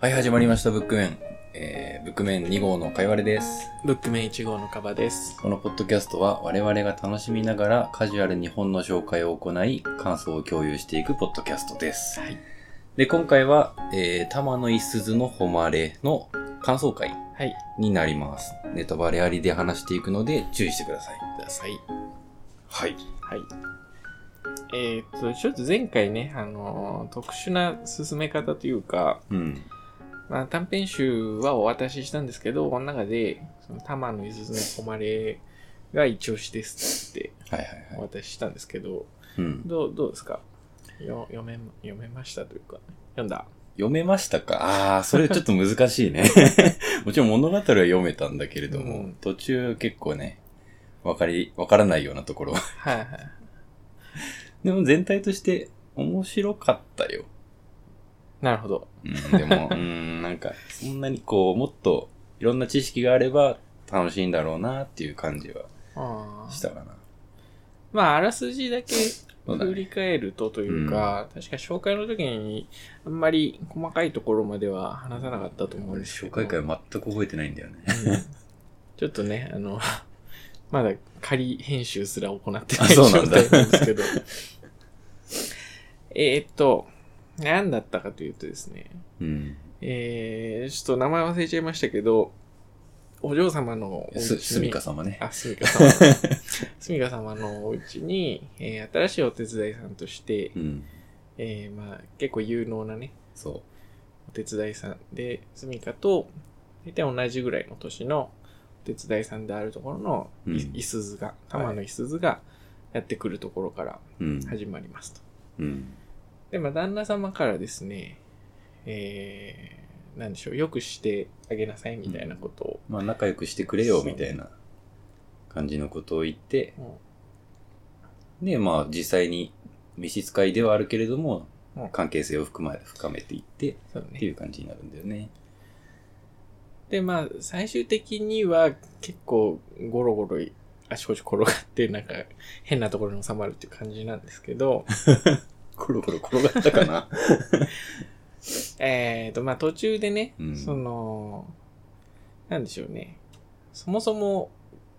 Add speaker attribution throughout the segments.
Speaker 1: はい、始まりました、ブックメン。えー、ブックメン2号のかいわれです。
Speaker 2: ブックメン1号のカバです。
Speaker 1: このポッドキャストは我々が楽しみながらカジュアルに本の紹介を行い、感想を共有していくポッドキャストです。
Speaker 2: はい。
Speaker 1: で、今回は、えー、玉のいすずの誉れの感想会
Speaker 2: はい。
Speaker 1: になります。ネタバレありで話していくので注意してください。
Speaker 2: ください。
Speaker 1: はい。
Speaker 2: はい。えーっと、ちょっと前回ね、あのー特殊な進め方というか、
Speaker 1: うん。
Speaker 2: まあ、短編集はお渡ししたんですけど、この中で、その玉のいずの誉れが一押しですって
Speaker 1: はいはい
Speaker 2: お
Speaker 1: はい。
Speaker 2: 渡ししたんですけど、
Speaker 1: うん。
Speaker 2: どう、どうですかよ読め、読めましたというか、読んだ
Speaker 1: 読めましたかあー、それちょっと難しいね。 もちろん物語は読めたんだけれども、
Speaker 2: うん
Speaker 1: 途中結構ね、わかり、わからないようなところ
Speaker 2: はいはい。
Speaker 1: でも全体として面白かったよ。
Speaker 2: なるほど。
Speaker 1: うん、で も、うん、なんか、そんなにこう、もっといろんな知識があれば楽しいんだろうなっていう感じは
Speaker 2: あー
Speaker 1: したかな。
Speaker 2: まあ、あらすじだけ
Speaker 1: そうだね
Speaker 2: 振り返るとというか、確か紹介の時に、あんまり細かいところまでは話さなかったと思うん
Speaker 1: 俺、
Speaker 2: ですけ
Speaker 1: 紹
Speaker 2: ど。
Speaker 1: 介会全く覚えてないんだよね。
Speaker 2: うんちょっとね、あの、 まだ仮編集すら行ってな
Speaker 1: あ
Speaker 2: い
Speaker 1: そうな
Speaker 2: 状
Speaker 1: んだ
Speaker 2: 態なんですけど。 えーっと、何だったかというとですね、
Speaker 1: うん。
Speaker 2: えー、ちょっと名前忘れちゃいましたけど、お嬢様のお家に
Speaker 1: す、すみか様ね。
Speaker 2: あ、すみか 様。すみか様のお家に、えー新しいお手伝いさんとして
Speaker 1: う、ん。
Speaker 2: えーまあ、結構有能なね、
Speaker 1: そ
Speaker 2: お手伝いさんで、すみかと、大体同じぐらいの年のお手伝いさんであるところのい、
Speaker 1: うん
Speaker 2: いすずが、玉のいすずがやってくるところから
Speaker 1: う。うん。
Speaker 2: 始まりますと。
Speaker 1: うん。
Speaker 2: で、まあ、旦那様からですね、えー、なんでしょう、よくしてあげなさいみたいなことを、
Speaker 1: まあ、仲良くしてくれよ、みたいな感じのことを言って、
Speaker 2: うん
Speaker 1: で、まあ、実際に召使いではあるけれども
Speaker 2: うん、
Speaker 1: 関係性を含ま深めていって、
Speaker 2: そう
Speaker 1: ってい
Speaker 2: ね。
Speaker 1: う感じになるんだよね。
Speaker 2: で、まあ、最終的には結構ゴロゴロいあちこち転がって、なんか変なところに収まるっていう感じなんですけ ど、
Speaker 1: コロコロ転がったかな。
Speaker 2: えーと、まあ途中でね、
Speaker 1: うん
Speaker 2: その、なんでしょうね。そもそも、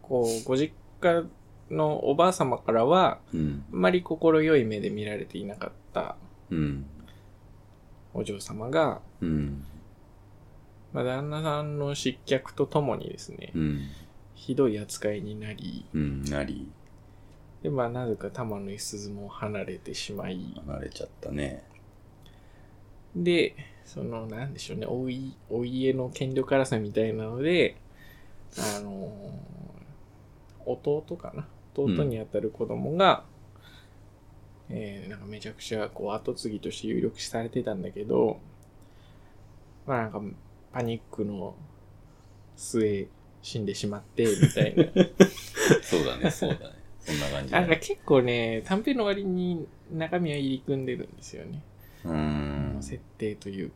Speaker 2: こう、ご実家のおばあ様からは、
Speaker 1: うん。
Speaker 2: あんまり心よい目で見られていなかった
Speaker 1: うん。
Speaker 2: お嬢様が、
Speaker 1: うん。
Speaker 2: まあ旦那さんの失脚とともにですね
Speaker 1: う、ん。
Speaker 2: ひどい扱いになり、
Speaker 1: うん。なり、
Speaker 2: で、まあなぜか玉のいすずも離れてしまい、
Speaker 1: 離れちゃったね。
Speaker 2: で、その、なんでしょうね、おい、お家の権力争いみたいなので、あのー弟かな弟にあたる子供が、えーなんかめちゃくちゃ、こう、後継ぎとして有力視されてたんだけど、まあなんか、パニックの末、死んでしまって、みたいな。
Speaker 1: そうだね、そうだね。そんな感じだ
Speaker 2: なんか
Speaker 1: ね。
Speaker 2: 結構ね、短編の割に中身は入り組んでるんですよね。
Speaker 1: うーん。
Speaker 2: 設定というか。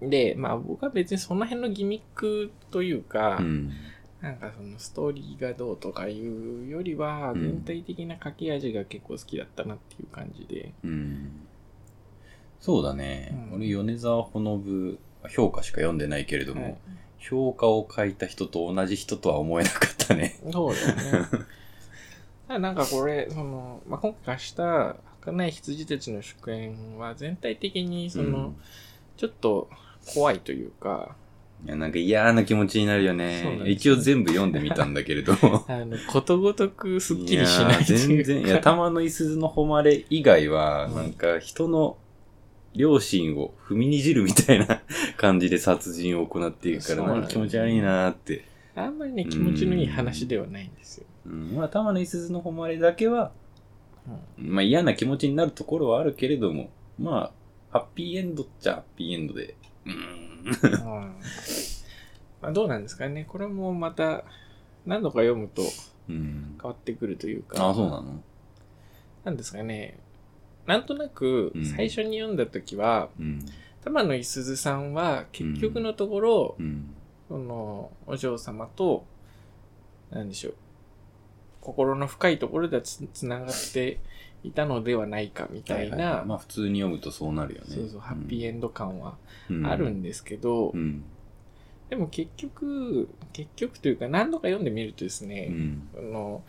Speaker 2: で、まあ僕は別にその辺のギミックというか、
Speaker 1: うん。
Speaker 2: なんかそのストーリーがどうとかいうよりは、
Speaker 1: うん
Speaker 2: 全体的な書き味が結構好きだったなっていう感じで。
Speaker 1: うん。そうだね。
Speaker 2: うん
Speaker 1: 俺、米沢ほのぶ、評価しか読んでないけれども、
Speaker 2: はい
Speaker 1: 評価を書いた人と同じ人とは思えなかったね。
Speaker 2: そうだよね。 だからなんかこれ、その、まあ、今回貸した儚い羊たちの祝宴は全体的にその、
Speaker 1: うん
Speaker 2: ちょっと怖いというか、
Speaker 1: いや、なんか嫌な気持ちになるよ
Speaker 2: そうなん
Speaker 1: ね
Speaker 2: で。す
Speaker 1: 一応全部読んでみたんだけれ ども。
Speaker 2: あの、ことごとくスッキリしないと
Speaker 1: や
Speaker 2: いう
Speaker 1: 全
Speaker 2: か。
Speaker 1: 然、いや、玉のいすずの誉れ以外は、
Speaker 2: うん
Speaker 1: なんか人の良心を踏みにじるみたいな感じで殺人を行っていくか
Speaker 2: そう
Speaker 1: ら、
Speaker 2: なんだ
Speaker 1: な
Speaker 2: よ
Speaker 1: んか気持ち悪いなーって。
Speaker 2: あんまりね、気持ちのいい話ではないんですよ。
Speaker 1: うん、まあ、玉のいすずの誉れだけは、
Speaker 2: うん
Speaker 1: まあ嫌な気持ちになるところはあるけれども、まあ、ハッピーエンドっちゃハッピーエンドで、うーん。
Speaker 2: うんまあ、どうなんですかね。これもまた、何度か読むと
Speaker 1: うん、
Speaker 2: 変わってくるというか。
Speaker 1: あ、そうなの
Speaker 2: なんですかね。なんとなく
Speaker 1: うん、
Speaker 2: 最初に読んだ時は、
Speaker 1: うん。
Speaker 2: 玉野いすずさんは、結局のところ、
Speaker 1: うん。
Speaker 2: その、お嬢様と、なんでしょう。心の深いところではつつながっていたのではないかみたい
Speaker 1: はいはいはい
Speaker 2: な、
Speaker 1: まあ普通に読むとそうなるよね。
Speaker 2: そうそう、ハッピーエンド感は
Speaker 1: うん
Speaker 2: あるんですけど、
Speaker 1: うん。
Speaker 2: でも結局、結局というか何度か読んでみるとです
Speaker 1: う
Speaker 2: ね、
Speaker 1: ん。
Speaker 2: あの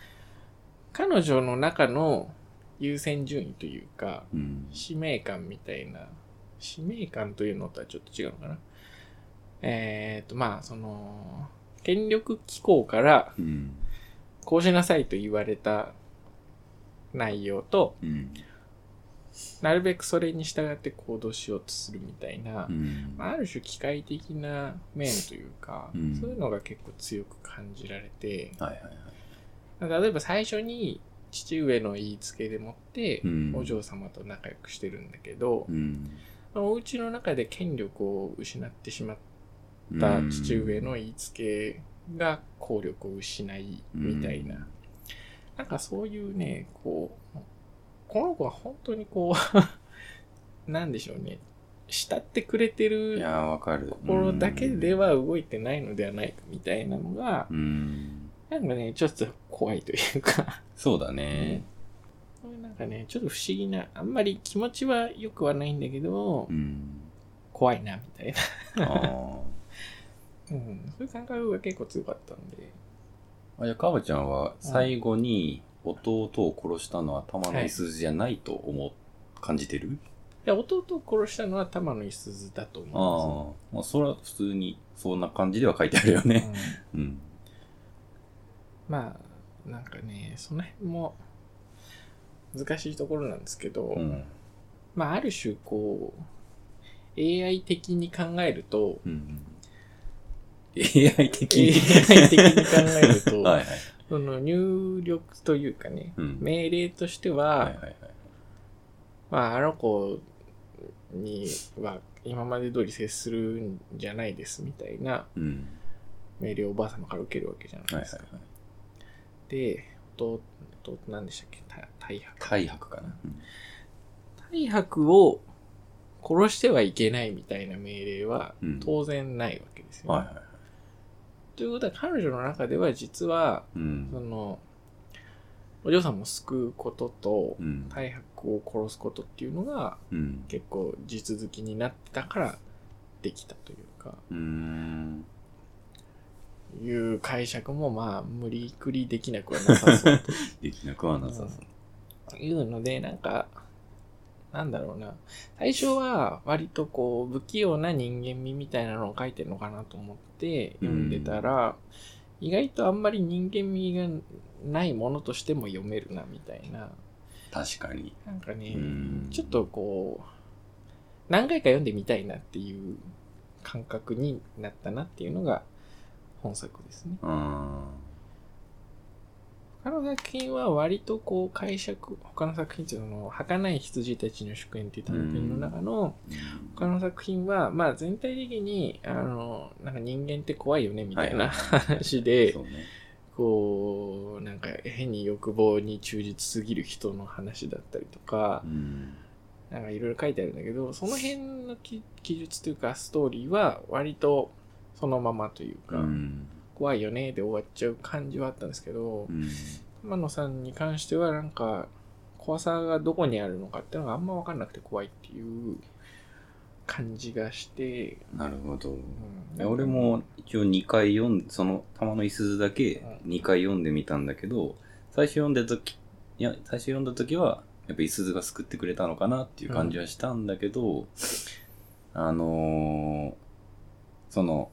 Speaker 2: 彼女の中の優先順位というか、
Speaker 1: うん。
Speaker 2: 使命感みたいな、使命感というのとはちょっと違うのかな。えっ、と、まあ、その、権力機構から
Speaker 1: うん。
Speaker 2: こうしなさいと言われた内容と、
Speaker 1: うん。
Speaker 2: なるべくそれに従って行動しようとするみたいな、
Speaker 1: うん
Speaker 2: まあある種機械的な面というか、
Speaker 1: うん
Speaker 2: そういうのが結構強く感じられて、
Speaker 1: はいはいはい。
Speaker 2: 例えば最初に父上の言いつけでもって、
Speaker 1: うん
Speaker 2: お嬢様と仲良くしてるんだけど、
Speaker 1: うん。
Speaker 2: お家の中で権力を失ってしまった父上の言いつけが効力を失いみたいな、
Speaker 1: うん
Speaker 2: なんかそういうねこうこの子は本当にこう なんでしょうね慕ってくれて
Speaker 1: い
Speaker 2: る
Speaker 1: やー、わかる。
Speaker 2: 心だけで
Speaker 1: は。
Speaker 2: は動いてないのではないかみたいなのが
Speaker 1: うん。
Speaker 2: なんかねちょっと怖いというか
Speaker 1: そうだね。
Speaker 2: これなんかねちょっと不思議なあんまり気持ちは良くはないんだけど
Speaker 1: うん。
Speaker 2: 怖いなみたいな
Speaker 1: ああ。
Speaker 2: うん、そういう感覚が結構強かったんで。
Speaker 1: あじゃあ、かばちゃんは最後に弟を殺したのは玉のいすじじゃないと思う、感じてる
Speaker 2: で弟を殺したのは玉野いすずだと思
Speaker 1: ああ。まあ、それは普通に、そんな感じでは書いてあるよ
Speaker 2: うんです
Speaker 1: ね。
Speaker 2: よ、
Speaker 1: うん。
Speaker 2: うんまあ、なんかね、その辺も難しいところなんですけど、
Speaker 1: うん。
Speaker 2: まあ、ある種こう、AI 的に考えると、
Speaker 1: うん。AI 的
Speaker 2: AI 的に考えると
Speaker 1: はいはい。
Speaker 2: その入力というかね、
Speaker 1: うん
Speaker 2: 命令としては、
Speaker 1: はいはいはい。
Speaker 2: まあ、あの子には今まで通り接するんじゃないですみたいな
Speaker 1: うん。
Speaker 2: 命令をおばあ様から受けるわけじゃな
Speaker 1: は
Speaker 2: い
Speaker 1: い
Speaker 2: で
Speaker 1: はい
Speaker 2: すか
Speaker 1: はい。。
Speaker 2: で、弟、弟何でしたっけた大白。
Speaker 1: 大白かな。
Speaker 2: 大白を殺してはいけないみたいな命令は
Speaker 1: うん。
Speaker 2: 当然ないわけですよ、ね
Speaker 1: はいはいはい。
Speaker 2: ということは彼女の中では実は、
Speaker 1: う
Speaker 2: そ
Speaker 1: ん。
Speaker 2: の、お嬢さんを救うことと
Speaker 1: う、ん。
Speaker 2: 大白を殺すことっていうのが
Speaker 1: うん。
Speaker 2: 結構地続きになってたからできたというか、
Speaker 1: うん。
Speaker 2: いう解釈もまあ無理くりできなくはなさそうと
Speaker 1: できなくはなさ そう。
Speaker 2: いうので、なんか、なんだろうな。最初は割とこう、不器用な人間味みたいなのを書いてるのかなと思って読んでたら、意外とあんまり人間味がないものとしても読めるな、みたいな。
Speaker 1: 確かに。
Speaker 2: なんかね、
Speaker 1: うん
Speaker 2: ちょっとこう、何回か読んでみたいなっていう感覚になったなっていうのが本作ですね。
Speaker 1: うん。
Speaker 2: 他の作品は割とこう解釈、他の作品っていうのは、儚い羊たちの祝宴っていう短編の中の、他の作品は、まあ全体的に、あの、なんか人間って怖いよねみたいな話で
Speaker 1: そ、うね。
Speaker 2: こう、なんか変に欲望に忠実すぎる人の話だったりとか
Speaker 1: う、ん。
Speaker 2: なんかいろいろ書いてあるんだけど、その辺のき記述というかストーリーは割とそのままという
Speaker 1: う
Speaker 2: か、
Speaker 1: ん。
Speaker 2: 怖いよねで終わっちゃう感じはあったんですけど
Speaker 1: う、ん。
Speaker 2: 天野さんに関してはなんか怖さがどこにあるのかっていうのがあんま分かんなくて怖いっていう感じがして、
Speaker 1: なるほど。
Speaker 2: うん
Speaker 1: いや俺も一応2回読んその玉のいすずだけ
Speaker 2: うん
Speaker 1: 2回読んでみたんだけど、最初読んでた時、いや、最初読んだ時は、やっぱいすずが救ってくれたのかなっていう感じはしたんだけど、あのーその、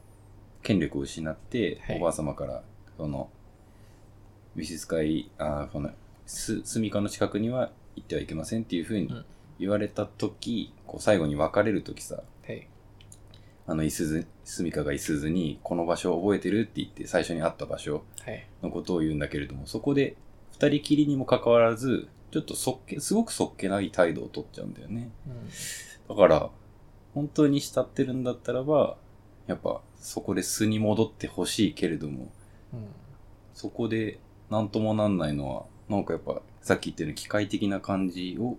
Speaker 1: 権力を失って、
Speaker 2: はい
Speaker 1: おばあ様から、その、召使い、あーこの、す、住処の近くには行ってはいけませんっていうふう
Speaker 2: う
Speaker 1: に
Speaker 2: ん
Speaker 1: 言われた時、こう最後に別れる時さ、
Speaker 2: はい
Speaker 1: あの、いすず、すみかがいすずに、この場所を覚えてるって言って、最初に会った場所
Speaker 2: はい
Speaker 1: のことを言うんだけれども、そこで、二人きりにもかかわらず、ちょっとそっけ、すごくそっけない態度をとっちゃうんだよね。だから、本当に慕ってるんだったらば、やっぱ、そこで素に戻ってほしいけれども、
Speaker 2: うん
Speaker 1: そこで、なんともなんないのは、なんかやっぱ、さっき言ってる機械的な感じを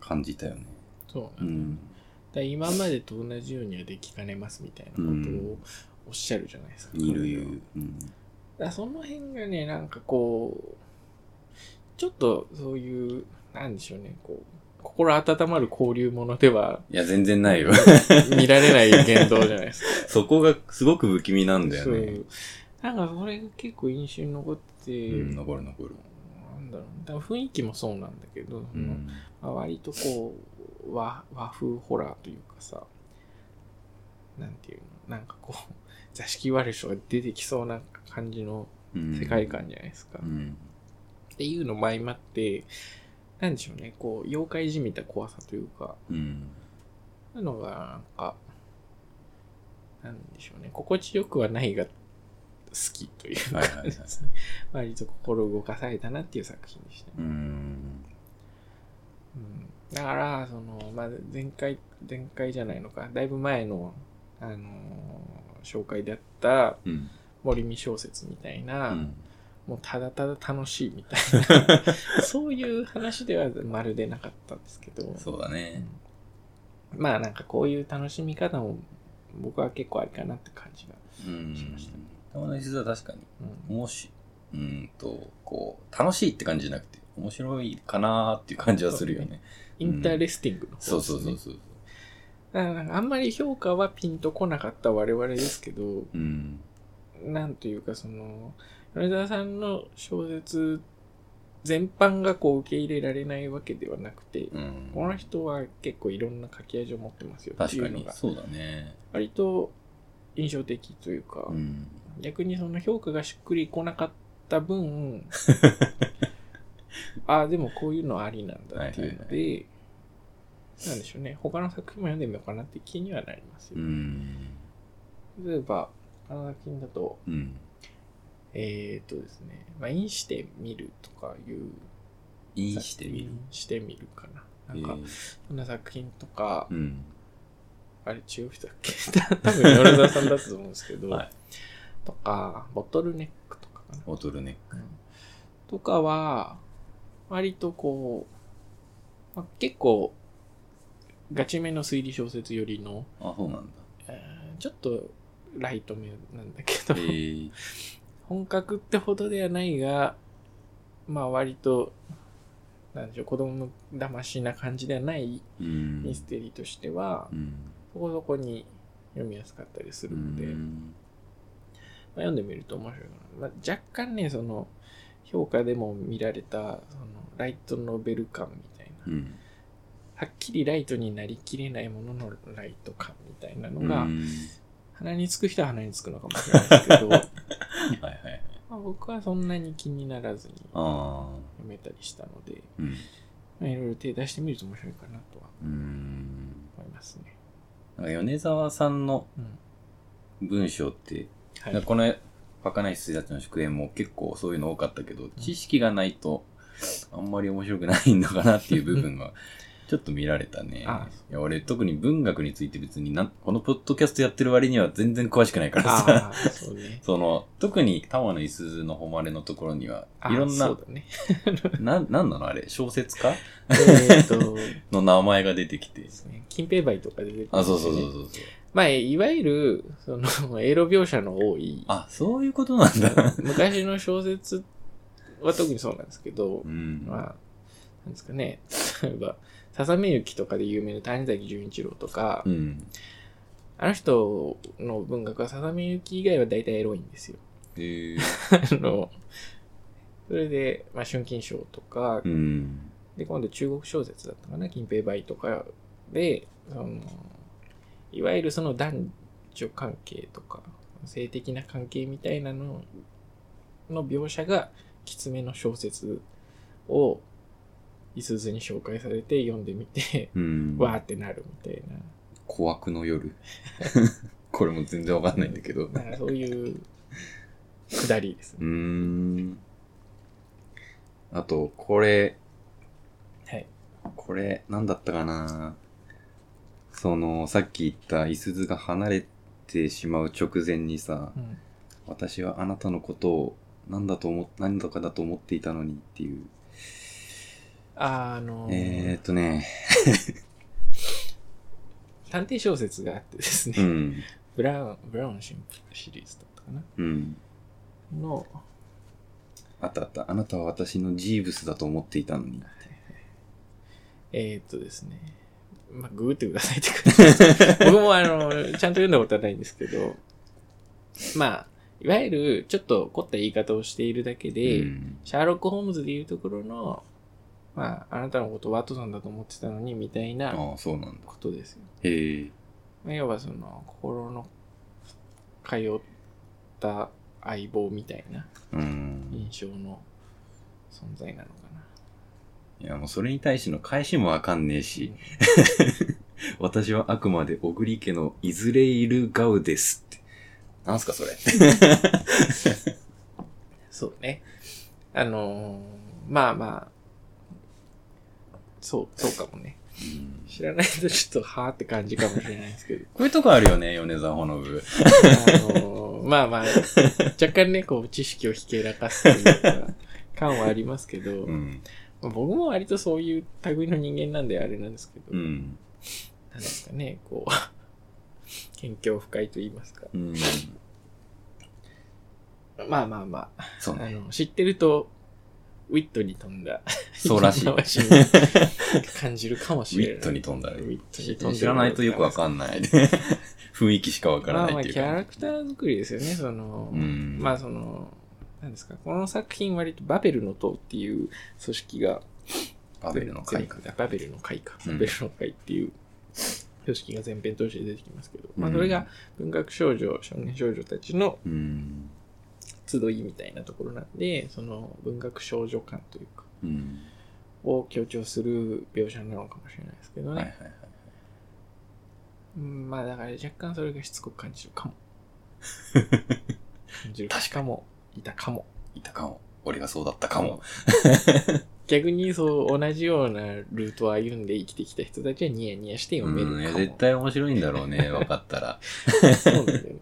Speaker 1: 感じたよね。
Speaker 2: そう
Speaker 1: う
Speaker 2: なんだ
Speaker 1: ん。
Speaker 2: だから今までと同じようにはできかねますみたいなこと
Speaker 1: うん
Speaker 2: をおっしゃるじゃないですか、
Speaker 1: いるいる。うん。
Speaker 2: だからその辺がねなんかこうちょっとそういうなんでしょうね、こう、心温まる交流ものでは
Speaker 1: いや、全然ないよ。
Speaker 2: 見られない言動じゃないですか。
Speaker 1: そこがすごく不気味 なんだよね。
Speaker 2: そう。なんかそれが結構印象に残って、
Speaker 1: うん、残る残る。
Speaker 2: なんだろう、だから雰囲気もそうなんだけど、
Speaker 1: う
Speaker 2: その
Speaker 1: ん。
Speaker 2: まあ割とこう和和風ホラーというかさなんていうのなんかこう座敷わる人が出てきそうな感じの
Speaker 1: うん
Speaker 2: 世界観じゃないですか、
Speaker 1: う
Speaker 2: っ
Speaker 1: ん。
Speaker 2: ていうのも相まってなんでしょうねこう妖怪じみた怖さというか
Speaker 1: うん。
Speaker 2: そういうのがなんかなんでしょうね心地よくはないが好きというか、
Speaker 1: はいはいはい
Speaker 2: 割と心動かされたなっていう作品でしたね
Speaker 1: うん。
Speaker 2: うんだから、その、まあ、前回、前回じゃないのか、だいぶ前の、あのー紹介であった
Speaker 1: うん。
Speaker 2: 森見小説みたいな、
Speaker 1: うん
Speaker 2: もうただただ楽しいみたい な、そういう話ではまるでなかったんで すけど、
Speaker 1: そうだね。
Speaker 2: まあなんかこういう楽しみ方も僕は結構ありかなって感じが。
Speaker 1: うん
Speaker 2: しましたね。
Speaker 1: 山田静は確かに、
Speaker 2: うん
Speaker 1: もし、うんと、こう、楽しいって感じじゃなくて、面白いかなーっていう感じはするよね。
Speaker 2: インタレスティングの方です
Speaker 1: そ
Speaker 2: ね
Speaker 1: うそうそうそう。
Speaker 2: だからなんかあんまり評価はピンとこなかった我々ですけど、
Speaker 1: うん。
Speaker 2: なんというかその、米沢さんの小説全般がこう受け入れられないわけではなくて、
Speaker 1: うん。
Speaker 2: この人は結構いろんな書き味を持ってますよっ
Speaker 1: 確
Speaker 2: てい
Speaker 1: か
Speaker 2: うの
Speaker 1: に、
Speaker 2: が、
Speaker 1: そうだね。
Speaker 2: 割と印象的というか、
Speaker 1: うん。
Speaker 2: 逆にその評価がしっくりこなかっ た分、ああ、でもこういうのありなんだっていうので、
Speaker 1: は
Speaker 2: なんでしょうね、他の作品も読んでみようかなって気にはなります
Speaker 1: う
Speaker 2: よ。
Speaker 1: ん。
Speaker 2: 例えば、あの作品だと、
Speaker 1: うん。
Speaker 2: えー、とですね、まあ、インしてみるとかいう。
Speaker 1: いいしてみる
Speaker 2: イ。ンしてみるかな。なん
Speaker 1: え
Speaker 2: か、
Speaker 1: ー
Speaker 2: そんな作品とか、
Speaker 1: うん。
Speaker 2: あれ、中飛だっけ多分、米沢さんだったと思うんですけ ど、
Speaker 1: はい
Speaker 2: とか、ボトルネックとかかな。
Speaker 1: ボトルネッ
Speaker 2: うんとかは、割とこう、まあ、結構、ガチめの推理小説よりの、
Speaker 1: ク。あ、そうなんだ。
Speaker 2: えーちょっとライトめなんだけど、
Speaker 1: えー、
Speaker 2: 本格ってほどではないが、まあ割と、なんでしょう、子供だましな感じではない
Speaker 1: うん。
Speaker 2: ミステリーとしては
Speaker 1: う、ん。
Speaker 2: そこそこに読みやすかったりす
Speaker 1: う
Speaker 2: るので、ま
Speaker 1: ん。
Speaker 2: あ、読んでみると面白いかな。まあ、若干ね、その、評価でも見られた、その、ライトノベル感みたいな、
Speaker 1: うん。
Speaker 2: はっきりライトになりきれないもののライト感みたいなの
Speaker 1: う
Speaker 2: が、
Speaker 1: ん
Speaker 2: 鼻につく人は鼻につくのかもしれないですけ ど、ま
Speaker 1: はいはい。
Speaker 2: あ僕はそんなに気にならずに読
Speaker 1: ああ。
Speaker 2: めたりしたので、
Speaker 1: うん。
Speaker 2: まあいろいろ手出してみると面白いかなとは
Speaker 1: うん。
Speaker 2: 思いますね。
Speaker 1: なんか米沢さんの
Speaker 2: うん。
Speaker 1: 文章って、
Speaker 2: は
Speaker 1: なんかこの儚い羊たちの祝宴も結構そういうの多かったけど、知識がないとあんまり面白くないのかなっていう部分 がちょっと見られたね。
Speaker 2: あ
Speaker 1: いや俺特に文学について別になんこのポッドキャストやってる割には全然詳しくないからさ。
Speaker 2: ああ、そうね。
Speaker 1: その、特に玉のいすずの誉れのところには、
Speaker 2: あー
Speaker 1: いろんな
Speaker 2: そう、だね。
Speaker 1: な、なんなのあれ小説家
Speaker 2: えーっと、で
Speaker 1: の名前が出てきて。
Speaker 2: す ね金平梅とか出てくる、
Speaker 1: あ、そうそうそう
Speaker 2: う。
Speaker 1: そうそう。
Speaker 2: まあ、いわゆる、その、エロ描写の多い、
Speaker 1: あ、そういうことなんだ。
Speaker 2: 昔の小説は特にそうなんですけど
Speaker 1: う、ん。
Speaker 2: まあ、なんですかね、 例えば、ささめゆきとかで有名な谷崎潤一郎とか、
Speaker 1: うん。
Speaker 2: あの人の文学はささめゆき以外は大体エロいんですよ。
Speaker 1: えー、
Speaker 2: あの、それで、まあ、春金賞とか、
Speaker 1: うん。
Speaker 2: で、今度中国小説だったかな、金平梅とかで、その、いわゆるその男女関係とか、性的な関係みたいなのの描写が、きつめの小説を、いすずに紹介されて読んでみて、
Speaker 1: うん。
Speaker 2: わーってなるみたいな。
Speaker 1: 小悪の夜。 これも全然わかんないんだけど。う
Speaker 2: なんかそういう、くだりですね。
Speaker 1: ーん。あと、これ、
Speaker 2: はい。
Speaker 1: これ、なんだったかなその、さっき言った、いすずが離れてしまう直前にさ、
Speaker 2: うん
Speaker 1: 私はあなたのことを何だと思、何とかだと思っていたのにっていう。
Speaker 2: あの、
Speaker 1: えーっとね、
Speaker 2: 探偵小説があってですね、
Speaker 1: うん。
Speaker 2: ブラウン、ブラウンシンシリーズだったかな
Speaker 1: うん。
Speaker 2: の、
Speaker 1: あったあった。あなたは私のジーブスだと思っていたのに。
Speaker 2: えーっとですね。まあ、グーってくださいって感じです。 僕もあの、ちゃんと読んだことはないんですけど、まあ、いわゆる、ちょっと凝った言い方をしているだけで、
Speaker 1: うん
Speaker 2: シャーロック・ホームズでいうところの、まあ、あなたのことワトソンだと思ってたのに、みたいな
Speaker 1: ああ、そうなんだ。
Speaker 2: ことですよ。
Speaker 1: へえ。
Speaker 2: まあ、要はその、心の通った相棒みたいな
Speaker 1: うん。
Speaker 2: 印象の存在なのかな。
Speaker 1: いや、もうそれに対しての返しもわかんねえし、私はあくまで小栗家のいずれいるガウですって。なんすか、それ。
Speaker 2: そうね。あのーまあまあ、そう、そうかもね。知らないとちょっと、はーって感じかもしれないです けど。
Speaker 1: こういうとこあるよね、米沢ほのぶ。
Speaker 2: あのーまあまあ、若干ね、こう、知識をひけらかすというか、感はありますけど、
Speaker 1: うん。
Speaker 2: まあ僕も割とそういう類の人間なんであれなんですけど、
Speaker 1: う
Speaker 2: なん
Speaker 1: ん。
Speaker 2: ですかね、こう、 謙虚深いと言いますか。
Speaker 1: うん。
Speaker 2: まあまあまあ、
Speaker 1: そう
Speaker 2: あ
Speaker 1: ね。
Speaker 2: の、知ってると、ウィットに飛んだ
Speaker 1: そう らしい。ウ
Speaker 2: 話に感じるかもしれない。
Speaker 1: ィットに飛んだね
Speaker 2: ウ。ィットに飛んだ
Speaker 1: 知らないとよくわかんない。 雰囲気しかわから
Speaker 2: まあ
Speaker 1: な
Speaker 2: ま
Speaker 1: いっ
Speaker 2: あ、
Speaker 1: て
Speaker 2: キ
Speaker 1: いうか。
Speaker 2: ャラクター作りですよね、その、
Speaker 1: うん
Speaker 2: まあその、なんですか、この作品割とバベルの塔っていう組織が、
Speaker 1: バベルの会か。
Speaker 2: 全バベルの会か。
Speaker 1: うん
Speaker 2: バベルの会っていう組織が全編通して出てきますけど、ま
Speaker 1: う
Speaker 2: あ
Speaker 1: ん
Speaker 2: それが文学少女、少年少女たちの
Speaker 1: うん。
Speaker 2: 集いみたいなところなんで、その文学少女感というか、
Speaker 1: うん。
Speaker 2: を強調する描写なのかもしれないですけどね。
Speaker 1: はいはいはい。
Speaker 2: うんまあだから若干それがしつこく感じる かも。感じる
Speaker 1: 確
Speaker 2: かも。いたかも。
Speaker 1: いたかも。俺がそうだったかも。。
Speaker 2: 逆にそう同じようなルートを歩んで生きてきた人たちはニヤニヤして読める
Speaker 1: う
Speaker 2: か
Speaker 1: ん
Speaker 2: も。
Speaker 1: いや、絶対面白いんだろう ね、分かったら。
Speaker 2: そう なんだよね。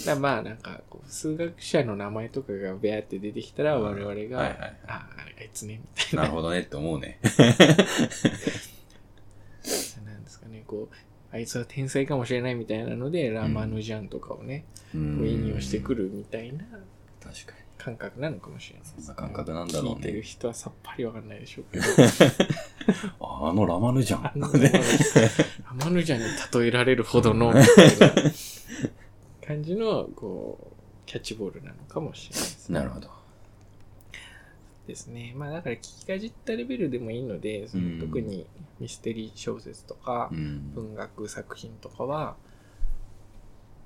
Speaker 2: だからまあなんかこう数学者の名前とかがベアって出てきたら我々が、
Speaker 1: はいはい。
Speaker 2: ああ、あれあいつね、みたい
Speaker 1: なるほどねって思う ね。
Speaker 2: な、なんですかね、こう、あいつは天才かもしれないみたいなので、ラマヌジャンとかをね、
Speaker 1: う
Speaker 2: こう引用してく
Speaker 1: る。
Speaker 2: るみたいな
Speaker 1: 確かに。
Speaker 2: 感覚なのかもしれないですね。
Speaker 1: そんな感覚なんだろうね
Speaker 2: 聞いてる人はさっぱりわかんないでしょうけど。
Speaker 1: あのラマヌじゃん
Speaker 2: あ。の アマヌジャンに例えられるほどの、みたいな感じの、こう、キャッチボールなのかもしれないですね。
Speaker 1: なるほど。
Speaker 2: ですね。まあだから聞きかじったレベルでもいいので、そ
Speaker 1: うん
Speaker 2: の特にミステリー小説とか
Speaker 1: う、ん。
Speaker 2: 文学作品とかは、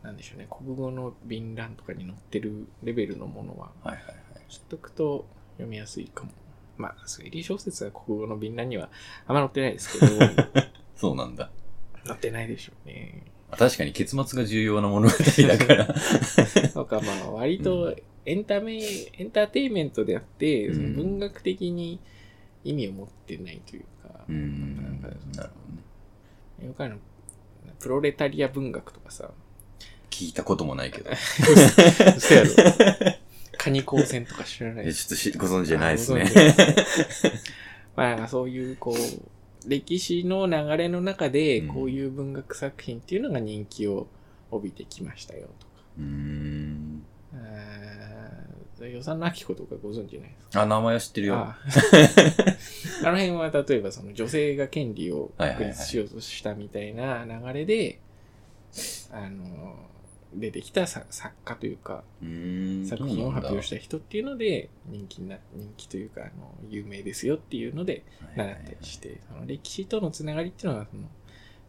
Speaker 2: なんでしょうね、国語の便覧とかに載ってるレベルのものは、
Speaker 1: はいはいはい。
Speaker 2: 知っとくと読みやすいかも。まあ、推理小説は国語の便覧にはあんま載ってないですけど、載
Speaker 1: そうなんだ。
Speaker 2: ってないでしょうね。
Speaker 1: 確かに結末が重要な物語だから。
Speaker 2: そうか、まあ、割とエンタメ、エンターテインメントであって、その文学的に意味を持ってないというか、
Speaker 1: うん。な
Speaker 2: な
Speaker 1: る
Speaker 2: ん
Speaker 1: ほ
Speaker 2: か
Speaker 1: どね。
Speaker 2: よくあの、プロレタリア文学とかさ、
Speaker 1: 聞いたこともないけど。
Speaker 2: 嘘やろ。カニ光線とか知らない
Speaker 1: えちょっとしご存知じゃないです
Speaker 2: あ
Speaker 1: ね
Speaker 2: ご。存知ないです ねまあなんかそういうこう、歴史の流れの中で、
Speaker 1: うん
Speaker 2: こういう文学作品っていうのが人気を帯びてきましたよとか。
Speaker 1: うーん。
Speaker 2: あー与謝野明子とかご存知ないですか
Speaker 1: あ、名前は知ってるよ。
Speaker 2: あ ああの辺は例えばその女性が権利を確立しようとしたみたいな流れで、あの、出てきたさ作家というか、
Speaker 1: うーん。。
Speaker 2: 作品を発表したた人っていうので人気な人気というかあの有名ですよっていうので
Speaker 1: はいはいは
Speaker 2: 習っ
Speaker 1: い
Speaker 2: たりしてその歴史とのつながりっていうのはその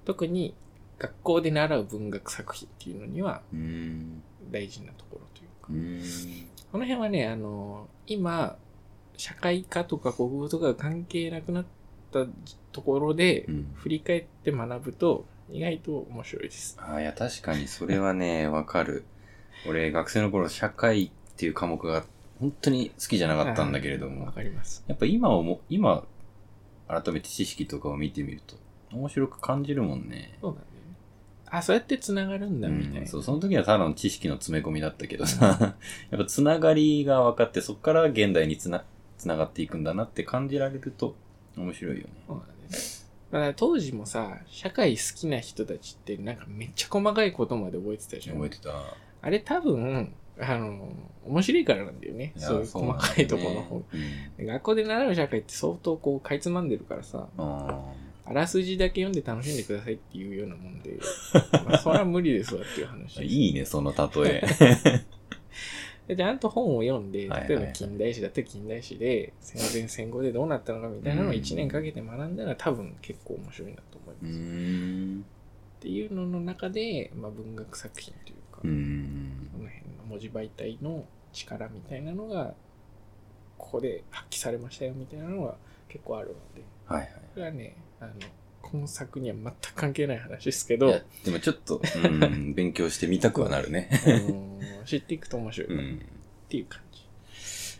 Speaker 2: 特に学校で習う文学作品っていうのには
Speaker 1: うーん。
Speaker 2: 大事なところというか
Speaker 1: うーん。
Speaker 2: この辺はねあの今社会科とか国語とかが関係なくなったところで
Speaker 1: うん
Speaker 2: 振り返って学ぶと意外と面白いです。
Speaker 1: ああ、いや、確かにそれはね、 わかる。俺、学生の頃、社会っていう科目が本当に好きじゃなかったんだけれど
Speaker 2: わ
Speaker 1: も、
Speaker 2: かります。
Speaker 1: やっぱ今をも、今、改めて知識とかを見てみると、面白く感じるもんね。
Speaker 2: そうなんだよね。あ、そうやってつながるんだみたいな。
Speaker 1: うんそう、その時はただの知識の詰め込みだったけどさ、 やっぱつながりが分かって、そこから現代につな、つながっていくんだなって感じられると、面白いよね。
Speaker 2: そうなんだよね。だから当時もさ、社会好きな人たちってなんかめっちゃ細かいことまで覚えてたじゃん。
Speaker 1: 覚えてた。
Speaker 2: あれ多分、あの、面白いからなんだよね。
Speaker 1: いや
Speaker 2: そういう
Speaker 1: そ
Speaker 2: 細
Speaker 1: なんだよ
Speaker 2: かいところの方。
Speaker 1: ね
Speaker 2: で学校で習う社会って相当こう、かいつまんでるからさ、
Speaker 1: うんあ
Speaker 2: あらすじだけ読んで楽しんでくださいっていうようなもんで、 まあ、それは無理ですわっていう話。
Speaker 1: ーいいね、その 例え。
Speaker 2: でちゃんと本を読んで、
Speaker 1: はいはい
Speaker 2: 例えば近代史だったら近代史で、戦前戦後でどうなったのかみたいなのを1年かけて学んだら多分結構面白いなと思いうます。っ
Speaker 1: ーん。
Speaker 2: ていうのの中で、まあ、文学作品というか、
Speaker 1: うーん
Speaker 2: こ。の辺の文字媒体の力みたいなのが、ここで発揮されましたよみたいなのが結構あるので、
Speaker 1: はいはい。
Speaker 2: これはね、あの、今作には全く関係ない話ですけ
Speaker 1: い
Speaker 2: ど
Speaker 1: や、でもちょっと、うん、勉強してみたくはなるね。
Speaker 2: あの知っていくと面白
Speaker 1: う
Speaker 2: いっ
Speaker 1: ん。
Speaker 2: ていう感じ。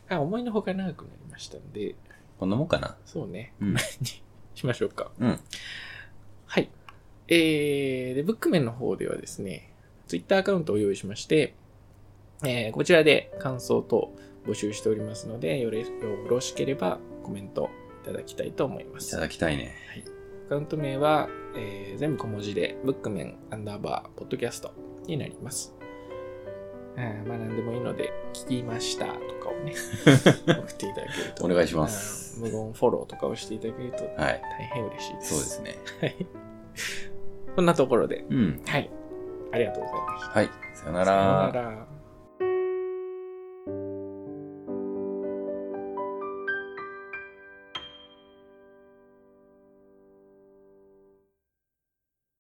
Speaker 2: あ思いのほか長くなりましたんで、
Speaker 1: こんなもんかな。
Speaker 2: そうね、
Speaker 1: うん
Speaker 2: しましょうか。
Speaker 1: うん。
Speaker 2: はい。えー、で、ブックメンの方ではですね、ツイッターアカウントを用意しまして、えーこちらで感想等募集しておりますのでよれ、よろしければコメントいただきたいと思いま
Speaker 1: い
Speaker 2: す。
Speaker 1: た
Speaker 2: ア
Speaker 1: だきたいね。
Speaker 2: カウント名は、えー全部小文字で、ブックメンアンダーバーポッドキャストになります。あーまあ何でもいいので、聞きましたとかを ね、送っていただけると。
Speaker 1: お願いします
Speaker 2: あー無言フォローとかをしていただけると
Speaker 1: はい。
Speaker 2: 大変嬉しいです。
Speaker 1: そうですね。
Speaker 2: はい。こんなところで、
Speaker 1: うん。
Speaker 2: はい。ありがとうございました。
Speaker 1: はい。さよな
Speaker 2: さよ
Speaker 1: ら
Speaker 2: な。ら。